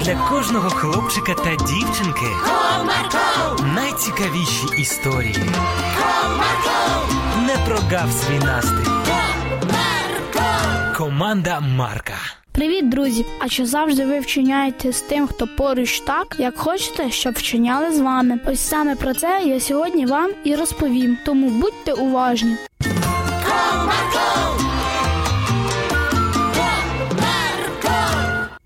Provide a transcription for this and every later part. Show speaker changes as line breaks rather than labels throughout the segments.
для кожного хлопчика та дівчинки найцікавіші історії. Не прогав свій настрій. Команда Марка.
Привіт, друзі! А чи завжди ви вчиняєте з тим, хто поруч так, як хочете, щоб вчиняли з вами? Ось саме про це я сьогодні вам і розповім. Тому будьте уважні.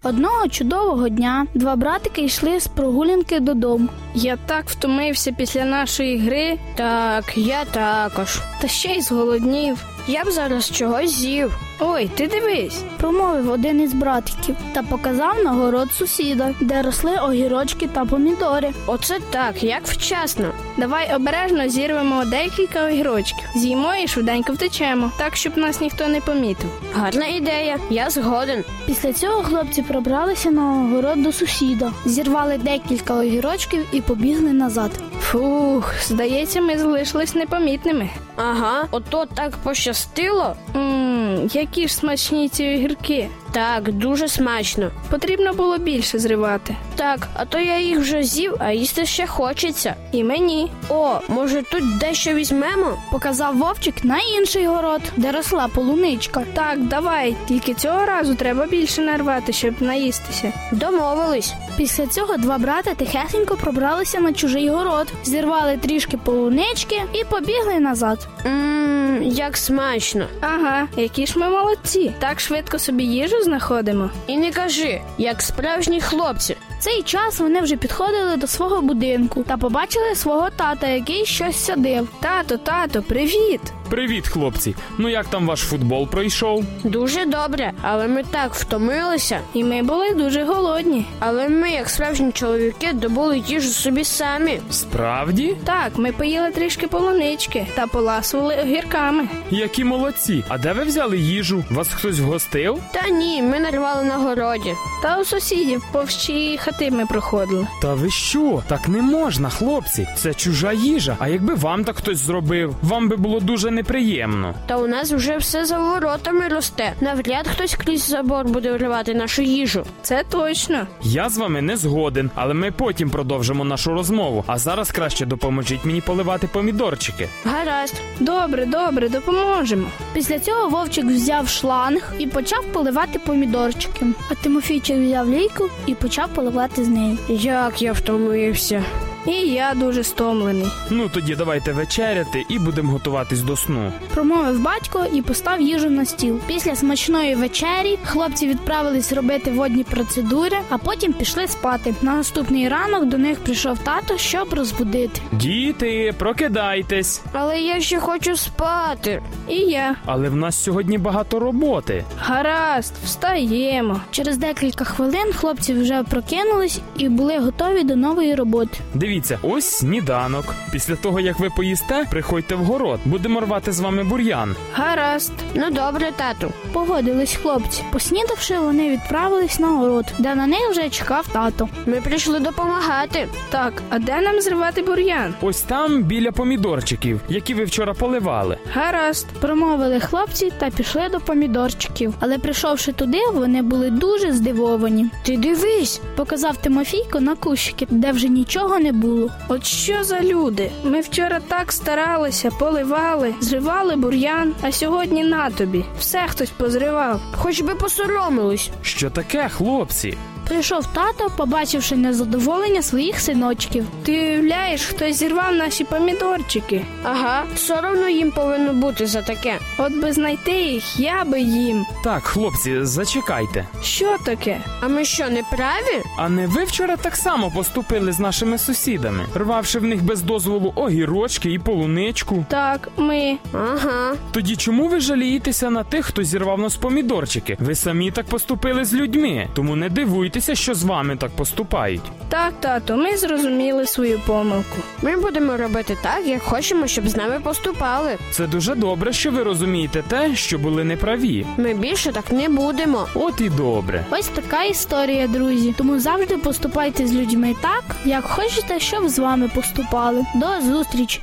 Одного чудового дня два братики йшли з прогулянки додому.
Я так втомився після нашої гри. Так, я також. Та ще й зголоднів. Я б зараз чогось з'їв. Ой, ти дивись.
Промовив один із братиків та показав на город сусіда, де росли огірочки та помідори.
Оце так, як вчасно. Давай обережно зірвемо декілька огірочків. З'їмо і швиденько втечемо, так щоб нас ніхто не помітив. Гарна ідея, я згоден.
Після цього хлопці пробралися на огород до сусіда, зірвали декілька огірочків і побігли назад.
Фух, здається, ми залишились непомітними. Ага, ото так пощастило. Ммм, які ж смачні ці огірки. Так, дуже смачно. Потрібно було більше зривати. Так, а то я їх вже з'їв, а їсти ще хочеться. І мені. О, може тут дещо візьмемо?
Показав вовчик на інший город, де росла полуничка.
Так, давай, тільки цього разу треба більше нарвати, щоб наїстися. Домовились.
Після цього два брата тихесенько пробралися на чужий город, зірвали трішки полунички і побігли назад.
Ммм, як смачно.
Ага, які ж ми молодці. Так швидко собі їжу знаходимо.
І не кажи, як справжні хлопці.
В цей час вони вже підходили до свого будинку та побачили свого тата, який щось садив.
Тато, тато, привіт!
Привіт, хлопці! Ну як там ваш футбол пройшов?
Дуже добре, але ми так втомилися.
І ми були дуже голодні.
Але ми, як справжні чоловіки, добули їжу собі самі.
Справді?
Так, ми поїли трішки полунички та поласували огірками.
Які молодці! А де ви взяли їжу? Вас хтось вгостив?
Та ні, ми нарвали на городі.
Та у сусідів повз чиї хати ми проходили.
Та ви що? Так не можна, хлопці. Це чужа їжа. А якби вам так хтось зробив, вам би було дуже неприємно.
Та у нас вже все за воротами росте. Навряд хтось крізь забор буде вривати нашу їжу.
Це точно.
Я з вами не згоден, але ми потім продовжимо нашу розмову. А зараз краще допоможіть мені поливати помідорчики.
Гаразд,
Добре, добре, допоможемо.
Після цього вовчик взяв шланг і почав поливати помідорчики. А Тимофійчик взяв лійку і почав поливати з неї.
як я втомився.
І я дуже стомлений.
Ну тоді давайте вечеряти і будемо готуватись до сну.
Промовив батько і постав їжу на стіл. Після смачної вечері хлопці відправились робити водні процедури, а потім пішли спати. На наступний ранок до них прийшов тато, щоб розбудити.
Діти, прокидайтесь.
Але я ще хочу спати.
І я.
Але в нас сьогодні багато роботи.
Гаразд, встаємо.
Через декілька хвилин хлопці вже прокинулись і були готові до нової роботи.
Дивіться, ось сніданок. Після того, як ви поїсте, приходьте в город. Будемо рвати з вами бур'ян.
Гаразд.
Ну добре, тату.
Погодились хлопці. Поснідавши, вони відправились на город, де на них вже чекав тато.
Ми прийшли допомагати.
Так, а де нам зривати бур'ян?
Ось там біля помідорчиків, які ви вчора поливали.
Гаразд.
Промовили хлопці та пішли до помідорчиків. Але прийшовши туди, вони були дуже здивовані.
Ти дивись.
Показав Тимофійко на кущики, де вже нічого не було.
От що за люди? Ми вчора так старалися, поливали, зривали бур'ян, а сьогодні на тобі. Все хтось позривав.
Хоч би посоромились.
Що таке, хлопці?
Прийшов тато, побачивши незадоволення своїх синочків.
Ти уявляєш, хтось зірвав наші помідорчики.
Ага, соромно їм повинно бути за таке.
От би знайти їх, я би їм.
Так, хлопці, зачекайте.
Що таке?
А ми що, не праві?
А не ви вчора так само поступили з нашими сусідами, рвавши в них без дозволу огірочки і полуничку.
Так, ми.
Ага.
Тоді чому ви жалієтеся на тих, хто зірвав нас помідорчики? Ви самі так поступили з людьми, тому не дивуйтеся, що з вами так поступають.
Так, тато, ми зрозуміли свою помилку.
Ми будемо робити так, як хочемо, щоб з нами поступали.
Це дуже добре, що ви розумієте те, що були неправі.
Ми більше так не будемо.
От і добре.
Ось така історія, друзі. Тому завжди поступайте з людьми так, як хочете, щоб з вами поступали. До зустрічі!